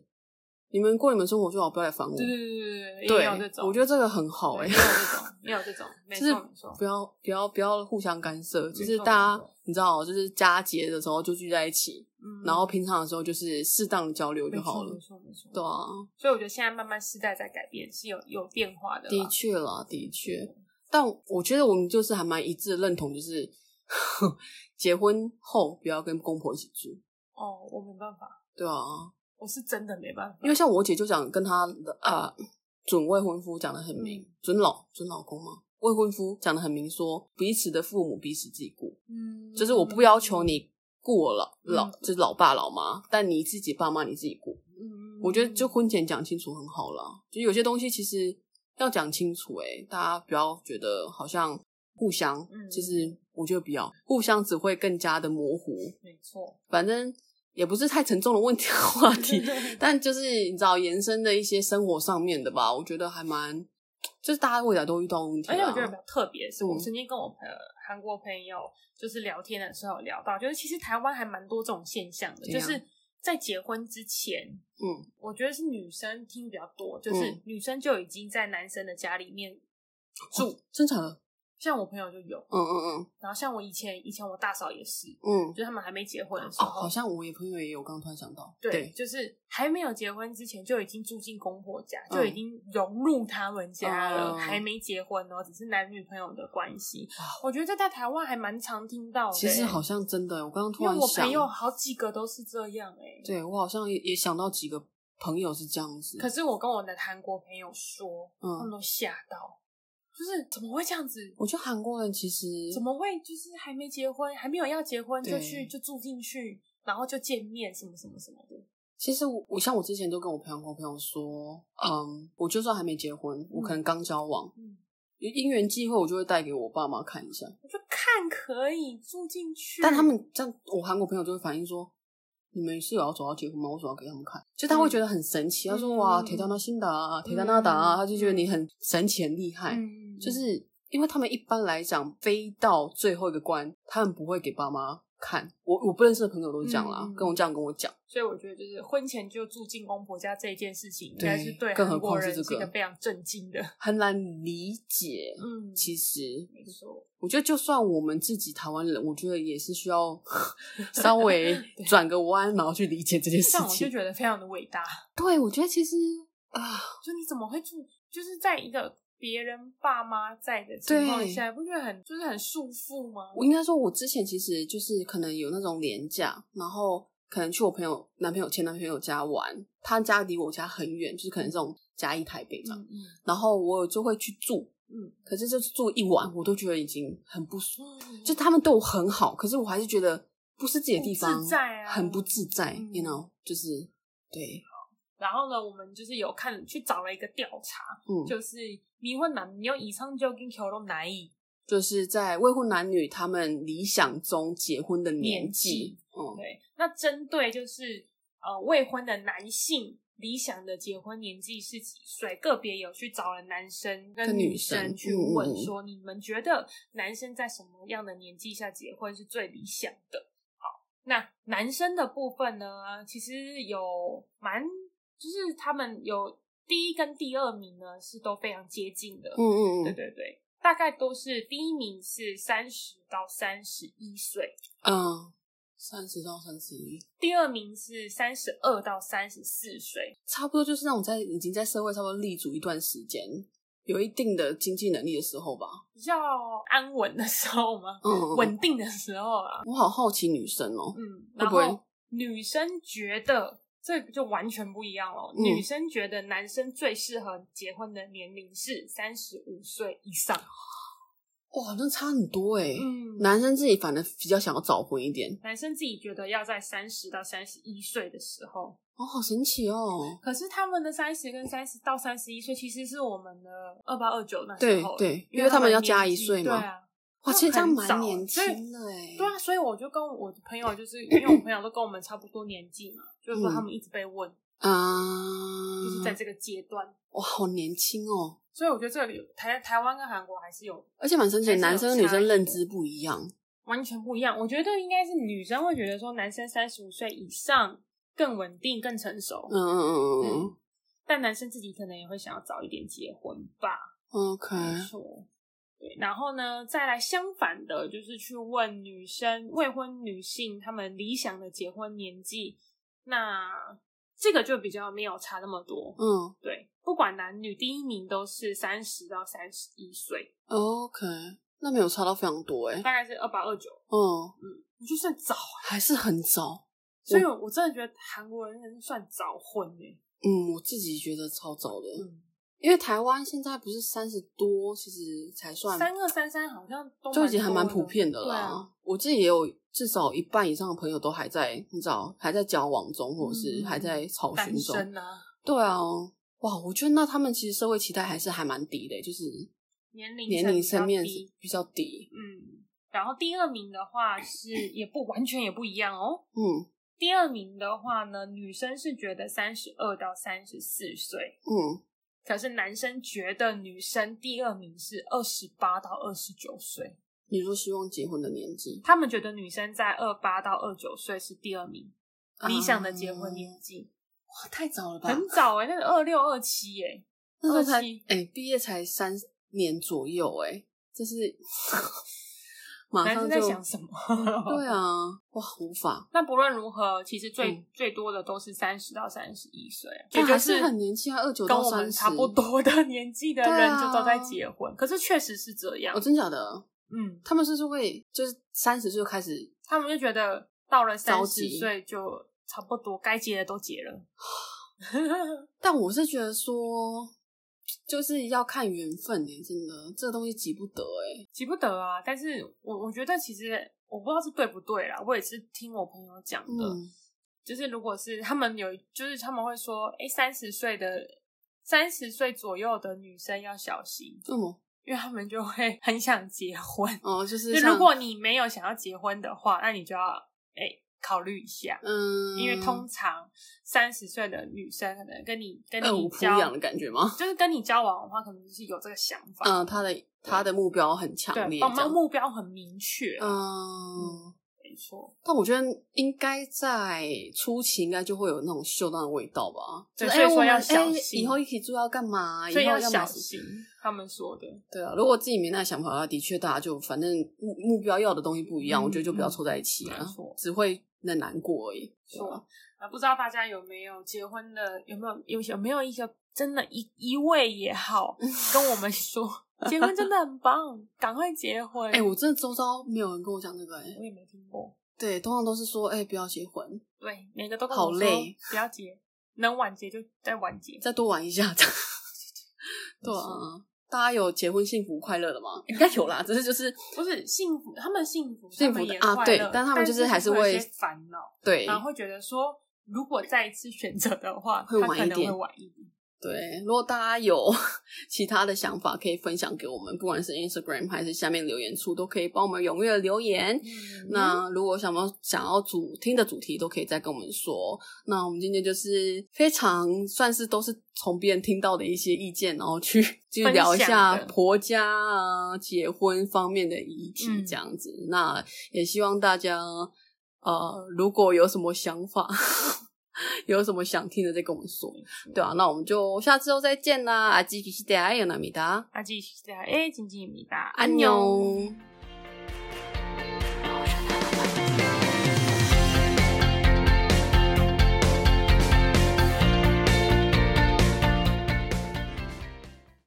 [SPEAKER 2] 你们过你们生活就好，不要来烦我。
[SPEAKER 1] 对对对对对，也
[SPEAKER 2] 对
[SPEAKER 1] 有这种，
[SPEAKER 2] 我觉得这个很好哎、
[SPEAKER 1] 对也有这种，也有这 种，没
[SPEAKER 2] 就是
[SPEAKER 1] 错没错。
[SPEAKER 2] 不要不要不要互相干涉，就
[SPEAKER 1] 没
[SPEAKER 2] 是
[SPEAKER 1] 错没
[SPEAKER 2] 大家
[SPEAKER 1] 错
[SPEAKER 2] 你知道，就是佳节的时候就聚在一起，
[SPEAKER 1] 嗯
[SPEAKER 2] 然后平常的时候就是适当的交流
[SPEAKER 1] 没
[SPEAKER 2] 就好
[SPEAKER 1] 错没
[SPEAKER 2] 了。
[SPEAKER 1] 错没错。
[SPEAKER 2] 对啊，
[SPEAKER 1] 所以我觉得现在慢慢世代在改变，是有有变化的啦。嗯
[SPEAKER 2] 的确啦，的确。但我觉得我们就是还蛮一致的认同，就是 结婚后不要跟公婆一起住。
[SPEAKER 1] 哦，我没办法，
[SPEAKER 2] 对啊，
[SPEAKER 1] 我是真的没办法，
[SPEAKER 2] 因为像我姐就讲跟她的啊、准未婚夫讲的很明，
[SPEAKER 1] 嗯
[SPEAKER 2] 准老准老公嘛，未婚夫讲的很明说，彼此的父母彼此自己顾。
[SPEAKER 1] 嗯，
[SPEAKER 2] 就是我不要求，你顾我老
[SPEAKER 1] 嗯
[SPEAKER 2] 老，就是老爸老妈，但你自己爸妈你自己顾。
[SPEAKER 1] 嗯，
[SPEAKER 2] 我觉得就婚前讲清楚很好啦，就有些东西其实要讲清楚、欸，大家不要觉得好像互相，
[SPEAKER 1] 嗯
[SPEAKER 2] 其实我觉得不要互相只会更加的模糊。
[SPEAKER 1] 没错，
[SPEAKER 2] 反正也不是太沉重的问题话 题，但就是你知道延伸的一些生活上面的吧，我觉得还蛮，就是大家未来都遇到问题、啊，
[SPEAKER 1] 而且我觉得比较特别，是我
[SPEAKER 2] 嗯
[SPEAKER 1] 曾经跟我朋友韩国朋友就是聊天的时候聊到，就是其实台湾还蛮多这种现象的，
[SPEAKER 2] 怎
[SPEAKER 1] 就
[SPEAKER 2] 样
[SPEAKER 1] 是在结婚之前，
[SPEAKER 2] 嗯，
[SPEAKER 1] 我觉得是女生听比较多，就是
[SPEAKER 2] 嗯
[SPEAKER 1] 女生就已经在男生的家里面住，
[SPEAKER 2] 哦真假的，
[SPEAKER 1] 像我朋友就有，
[SPEAKER 2] 嗯嗯
[SPEAKER 1] 然后像我以前以前我大嫂也是，
[SPEAKER 2] 嗯嗯，
[SPEAKER 1] 就是他们还没结婚的时
[SPEAKER 2] 哦，
[SPEAKER 1] 候，
[SPEAKER 2] 好像我也朋友也有，刚刚突然想到，
[SPEAKER 1] 对，就是还没有结婚之前就已经住进公婆家，就已经融入他们家了，
[SPEAKER 2] 嗯啊
[SPEAKER 1] 还没结婚哦，只是男女朋友的关系。我觉得这在台湾还蛮常听到的、欸
[SPEAKER 2] 其实好像真的，我刚刚突
[SPEAKER 1] 因为
[SPEAKER 2] 然
[SPEAKER 1] 我
[SPEAKER 2] 想，
[SPEAKER 1] 朋友好几个都是这样哎、
[SPEAKER 2] 对我好像也也想到几个朋友是这样子，
[SPEAKER 1] 可是我跟我的韩国朋友说，
[SPEAKER 2] 嗯
[SPEAKER 1] 他们都吓到，就是怎么会这样子？
[SPEAKER 2] 我觉得韩国人其实
[SPEAKER 1] 怎么会就是还没结婚，还没有要结婚就
[SPEAKER 2] 对
[SPEAKER 1] 去就住进去，然后就见面什么什么什么的？
[SPEAKER 2] 其实我我像我之前都跟我朋友跟我朋友说，嗯，我就算还没结婚，我可能刚交往，
[SPEAKER 1] 嗯，
[SPEAKER 2] 因缘际会我就会带给我爸妈看一下，
[SPEAKER 1] 我就看可以住进去，
[SPEAKER 2] 但他们这样，我韩国朋友就会反映说。你们是有要走到结婚吗？我所要给他们看，就他会觉得很神奇。他说：“
[SPEAKER 1] 嗯
[SPEAKER 2] 哇，铁达那辛达啊，铁达那达啊。”他就觉得你很神奇、很厉害。
[SPEAKER 1] 嗯，
[SPEAKER 2] 就是因为他们一般来讲飞到最后一个关，他们不会给爸妈看。我我不认识的朋友都是这样啦，
[SPEAKER 1] 嗯嗯
[SPEAKER 2] 跟我这样跟我讲。
[SPEAKER 1] 所以我觉得，就是婚前就住进公婆家这一件事情，应
[SPEAKER 2] 对
[SPEAKER 1] 该是对
[SPEAKER 2] 更何
[SPEAKER 1] 韩国
[SPEAKER 2] 况是
[SPEAKER 1] 人
[SPEAKER 2] 这
[SPEAKER 1] 是一
[SPEAKER 2] 个
[SPEAKER 1] 个非常震惊的。
[SPEAKER 2] 很难理解。
[SPEAKER 1] 嗯
[SPEAKER 2] 其实
[SPEAKER 1] 没错，
[SPEAKER 2] 我觉得，就算我们自己台湾人，我觉得也是需要 稍 微转个弯，然后去理解这件事
[SPEAKER 1] 但我就
[SPEAKER 2] 情。
[SPEAKER 1] 觉得非常的伟大，
[SPEAKER 2] 对，我觉得其实啊，
[SPEAKER 1] 就你怎么会住，就是在一个别人爸妈在的情况
[SPEAKER 2] 对
[SPEAKER 1] 下，不觉得很就是很束缚吗？
[SPEAKER 2] 我应该说，我之前其实就是可能有那种廉价，然后可能去我朋友男朋友前男朋友家玩，他家离我家很远，就是可能这种嘉义、台北这样。
[SPEAKER 1] 嗯嗯
[SPEAKER 2] 然后我就会去住，
[SPEAKER 1] 嗯，
[SPEAKER 2] 可是就是住一晚，我都觉得已经很不舒
[SPEAKER 1] 嗯
[SPEAKER 2] 就他们对我很好，可是我还是觉得不是自己的地方，
[SPEAKER 1] 不自在啊
[SPEAKER 2] 很不自在、
[SPEAKER 1] 嗯
[SPEAKER 2] y o u know，就是对，
[SPEAKER 1] 然后呢，我们就是有看去找了一个调查，
[SPEAKER 2] 嗯，就
[SPEAKER 1] 就是离婚男女以上就跟결혼难以
[SPEAKER 2] 是在未婚男女他们理想中结婚的年纪，嗯，
[SPEAKER 1] 对，那针对就是呃未婚的男性，理想的结婚年纪是几岁？个别有去找了男生跟
[SPEAKER 2] 跟
[SPEAKER 1] 女
[SPEAKER 2] 女
[SPEAKER 1] 生
[SPEAKER 2] 生
[SPEAKER 1] 去
[SPEAKER 2] 嗯
[SPEAKER 1] 问
[SPEAKER 2] 嗯嗯
[SPEAKER 1] 说，你们觉得男生在什么样的年纪下结婚是最理想的？好，那男生的部分呢，其实有蛮就是他们有第一跟第二名呢是都非常接近的，
[SPEAKER 2] 嗯嗯
[SPEAKER 1] 对
[SPEAKER 2] 嗯
[SPEAKER 1] 对对。大概都是第一名是三十到三十一岁，
[SPEAKER 2] 嗯，三十到三十一，
[SPEAKER 1] 第二名是三十二到三十四岁，
[SPEAKER 2] 差不多就是那种在已经在社会差不多立足一段时间，有一定的经济能力的时候吧。
[SPEAKER 1] 比较安稳的时候嘛，
[SPEAKER 2] 嗯嗯嗯
[SPEAKER 1] 稳定的时候啊，
[SPEAKER 2] 我好好奇女生哦、
[SPEAKER 1] 嗯，
[SPEAKER 2] 会
[SPEAKER 1] 然
[SPEAKER 2] 不会
[SPEAKER 1] 后女生觉得这就完全不一样了。
[SPEAKER 2] 嗯
[SPEAKER 1] 女生觉得男生最适合结婚的年龄是三十五岁以
[SPEAKER 2] 嗯
[SPEAKER 1] 上，
[SPEAKER 2] 哇，那差很多哎、
[SPEAKER 1] 嗯，
[SPEAKER 2] 男生自己反而比较想要早婚一点，
[SPEAKER 1] 男生自己觉得要在三十到三十一岁的时候，
[SPEAKER 2] 哦，好神奇哦。
[SPEAKER 1] 可是他们的三十跟三十到三十一岁其实是我们的二八二九那时
[SPEAKER 2] 对
[SPEAKER 1] 候了，
[SPEAKER 2] 对
[SPEAKER 1] 因
[SPEAKER 2] 因为他们要
[SPEAKER 1] 年
[SPEAKER 2] 加一
[SPEAKER 1] 纪
[SPEAKER 2] 岁嘛
[SPEAKER 1] 对啊。
[SPEAKER 2] 哇，其实这样蛮年
[SPEAKER 1] 所以
[SPEAKER 2] 轻的哎。
[SPEAKER 1] 对啊，所以我就跟我的朋友，就是因为我朋友都跟我们差不多年纪嘛，就是说他们一直被问，
[SPEAKER 2] 嗯，
[SPEAKER 1] 就是在这个阶段，
[SPEAKER 2] 哇，好年轻哦，
[SPEAKER 1] 所以我觉得这里台台湾跟韩国还是有
[SPEAKER 2] 而且蛮神奇的，
[SPEAKER 1] 还
[SPEAKER 2] 男
[SPEAKER 1] 是
[SPEAKER 2] 生
[SPEAKER 1] 有
[SPEAKER 2] 跟女
[SPEAKER 1] 差
[SPEAKER 2] 生
[SPEAKER 1] 异
[SPEAKER 2] 认
[SPEAKER 1] 的
[SPEAKER 2] 知不一样。
[SPEAKER 1] 完全不一样。我觉得应该是女生会觉得说，男生三十五岁以上更稳定、更成熟，
[SPEAKER 2] 嗯嗯嗯嗯嗯
[SPEAKER 1] 嗯但男生自己可能也会想要早一点结婚吧。
[SPEAKER 2] 嗯，OK，
[SPEAKER 1] 没错。对，然后呢，再来相反的，就是去问女生、未婚女性她们理想的结婚年纪，那这个就比较没有差那么多。
[SPEAKER 2] 嗯
[SPEAKER 1] 对，不管男女，第一名都是三十到三十一岁，
[SPEAKER 2] ，OK，那没有差到非常多哎。
[SPEAKER 1] 大概是二八二九，
[SPEAKER 2] 嗯，
[SPEAKER 1] 我就算早，
[SPEAKER 2] 还是很早。
[SPEAKER 1] 所以我真的觉得韩国人真的算早婚欸诶、
[SPEAKER 2] 嗯，我自己觉得超早的，
[SPEAKER 1] 嗯，
[SPEAKER 2] 因为台湾现在不是三十多，其实才算
[SPEAKER 1] 三二三三好像都
[SPEAKER 2] 就已经还蛮
[SPEAKER 1] 多的
[SPEAKER 2] 普遍的
[SPEAKER 1] 对
[SPEAKER 2] 啦。
[SPEAKER 1] 啊，
[SPEAKER 2] 我自己也有至少一半以上的朋友都还在，你知道，还在交往中，或者是
[SPEAKER 1] 嗯
[SPEAKER 2] 还在草
[SPEAKER 1] 单
[SPEAKER 2] 寻中。
[SPEAKER 1] 身啊，
[SPEAKER 2] 对啊，哇，我觉得那他们其实社会期待还是还蛮低的，就是
[SPEAKER 1] 年龄
[SPEAKER 2] 年龄层面
[SPEAKER 1] 比较
[SPEAKER 2] 是
[SPEAKER 1] 低
[SPEAKER 2] 比较低。
[SPEAKER 1] 嗯，然后第二名的话是也不完全也不一样哦。
[SPEAKER 2] 嗯，
[SPEAKER 1] 第二名的话呢，女生是觉得三十二到三十四岁，
[SPEAKER 2] 嗯，
[SPEAKER 1] 可是男生觉得女生第二名是二十八到二十九岁，
[SPEAKER 2] 你说希望结婚的年纪，
[SPEAKER 1] 他们觉得女生在二八到二九岁是第二名，理想的结婚年纪、
[SPEAKER 2] 哇，太早了吧？
[SPEAKER 1] 很早哎、那是二六二七哎，
[SPEAKER 2] 那时候才
[SPEAKER 1] 27
[SPEAKER 2] 哎、毕业才三年左右、哎，这是马
[SPEAKER 1] 男
[SPEAKER 2] 上
[SPEAKER 1] 生
[SPEAKER 2] 就
[SPEAKER 1] 在想什么？
[SPEAKER 2] 对啊，哇，无法，
[SPEAKER 1] 那不论如何，其实最、
[SPEAKER 2] 嗯
[SPEAKER 1] 最多的都是三十到三十一岁，啊也
[SPEAKER 2] 但
[SPEAKER 1] 就
[SPEAKER 2] 还是很年轻啊29
[SPEAKER 1] 跟
[SPEAKER 2] 到
[SPEAKER 1] 我们
[SPEAKER 2] 30
[SPEAKER 1] 差不多的年纪的
[SPEAKER 2] 对
[SPEAKER 1] 人
[SPEAKER 2] 啊
[SPEAKER 1] 就都在结婚。可是确实是这样
[SPEAKER 2] 哦，，真假的？
[SPEAKER 1] 嗯，
[SPEAKER 2] 他们是不是会就是三十岁就开始？
[SPEAKER 1] 他们就觉得到了三
[SPEAKER 2] 着
[SPEAKER 1] 十
[SPEAKER 2] 急
[SPEAKER 1] 岁就差不多该结的都结了。
[SPEAKER 2] 但我是觉得说，就是要看缘分哎、真的，这个东西急不得哎、
[SPEAKER 1] 急不得啊！但是我我觉得其实我不知道是对不对啦，我也是听我朋友讲的，
[SPEAKER 2] 嗯
[SPEAKER 1] 就是如果是他们有，就是他们会说，哎、3三十岁的三十岁左右的女生要小心，
[SPEAKER 2] 为什么？
[SPEAKER 1] 因为他们就会很想结婚。
[SPEAKER 2] 哦，就是
[SPEAKER 1] 就
[SPEAKER 2] 像
[SPEAKER 1] 如果你没有想要结婚的话，那你就要哎、诶考虑一下。
[SPEAKER 2] 嗯，
[SPEAKER 1] 因为通常三十岁的女生可能跟你跟
[SPEAKER 2] 二
[SPEAKER 1] 你
[SPEAKER 2] 五扑
[SPEAKER 1] 交
[SPEAKER 2] 养的感觉吗？
[SPEAKER 1] 就是跟你交往的话，可能就是有这个想法，
[SPEAKER 2] 嗯，他的他的目标很强
[SPEAKER 1] 对，
[SPEAKER 2] 烈，
[SPEAKER 1] 我
[SPEAKER 2] 这
[SPEAKER 1] 们
[SPEAKER 2] 样
[SPEAKER 1] 目标很明确，
[SPEAKER 2] 嗯。
[SPEAKER 1] 没错，
[SPEAKER 2] 但我觉得应该在初期应该就会有那种嗅到的味道吧，
[SPEAKER 1] 对
[SPEAKER 2] 就是
[SPEAKER 1] 所以
[SPEAKER 2] 哎
[SPEAKER 1] 说
[SPEAKER 2] 我们
[SPEAKER 1] 要小心
[SPEAKER 2] 哎以后一起住要干嘛？
[SPEAKER 1] 所以
[SPEAKER 2] 啊后
[SPEAKER 1] 要
[SPEAKER 2] 要
[SPEAKER 1] 小
[SPEAKER 2] 买什么
[SPEAKER 1] 心。他们说的，
[SPEAKER 2] 对啊，如果自己没那想法的话，的确大家就反正目目标要的东西不一样，
[SPEAKER 1] 嗯
[SPEAKER 2] 我觉得就不要凑在一起
[SPEAKER 1] 没
[SPEAKER 2] 啊
[SPEAKER 1] 错，
[SPEAKER 2] 只会那难过而已。对啊
[SPEAKER 1] 说啊，不知道大家有没有结婚的，有没有有有没有一个真的一一位也好，
[SPEAKER 2] 嗯
[SPEAKER 1] 跟我们 说结婚真的很棒，赶快结婚。
[SPEAKER 2] 哎、我真的周遭没有人跟我讲这个哎、
[SPEAKER 1] 我也没听过，
[SPEAKER 2] 对，通常都是说哎、不要结婚，
[SPEAKER 1] 对，每个都跟我
[SPEAKER 2] 好
[SPEAKER 1] 说
[SPEAKER 2] 累，
[SPEAKER 1] 不要结，能晚结就再晚结。
[SPEAKER 2] 再多玩一下。 对啊，大家有结婚幸福快乐 的吗？应该有啦，只是就是
[SPEAKER 1] 不是幸福，他们幸福，
[SPEAKER 2] 幸
[SPEAKER 1] 他
[SPEAKER 2] 福
[SPEAKER 1] 们
[SPEAKER 2] 的
[SPEAKER 1] 也
[SPEAKER 2] 啊
[SPEAKER 1] 快
[SPEAKER 2] 对
[SPEAKER 1] 乐
[SPEAKER 2] 但
[SPEAKER 1] 但
[SPEAKER 2] 他们就是还是
[SPEAKER 1] 是有一
[SPEAKER 2] 会
[SPEAKER 1] 些烦恼，
[SPEAKER 2] 对，
[SPEAKER 1] 然后会觉得说，如果再一次选择的话，
[SPEAKER 2] 会
[SPEAKER 1] 他
[SPEAKER 2] 晚
[SPEAKER 1] 可
[SPEAKER 2] 一
[SPEAKER 1] 能
[SPEAKER 2] 点
[SPEAKER 1] 会晚一点。
[SPEAKER 2] 对，如果大家有 其他的想法，可以分享给我们，不管是 Instagram 还是下面留言处，都可以帮我们踊跃地留言。
[SPEAKER 1] 嗯
[SPEAKER 2] 那如果想要想要主听的主题，都可以再跟我们说。那我们今天就是非常算是都是从别人听到的一些意见，然后去 去
[SPEAKER 1] 分
[SPEAKER 2] 聊一下
[SPEAKER 1] 享的
[SPEAKER 2] 婆家啊、结婚方面的议题
[SPEAKER 1] 嗯
[SPEAKER 2] 这样子。那也希望大家呃，如果有什么想法， 有什么想听的，再跟我们说。
[SPEAKER 1] 嗯
[SPEAKER 2] 对啊，那我们就下次后啊再见啦！阿基皮西德爱有纳米达，
[SPEAKER 1] 那继续这样，哎，静静米达，
[SPEAKER 2] 安妞。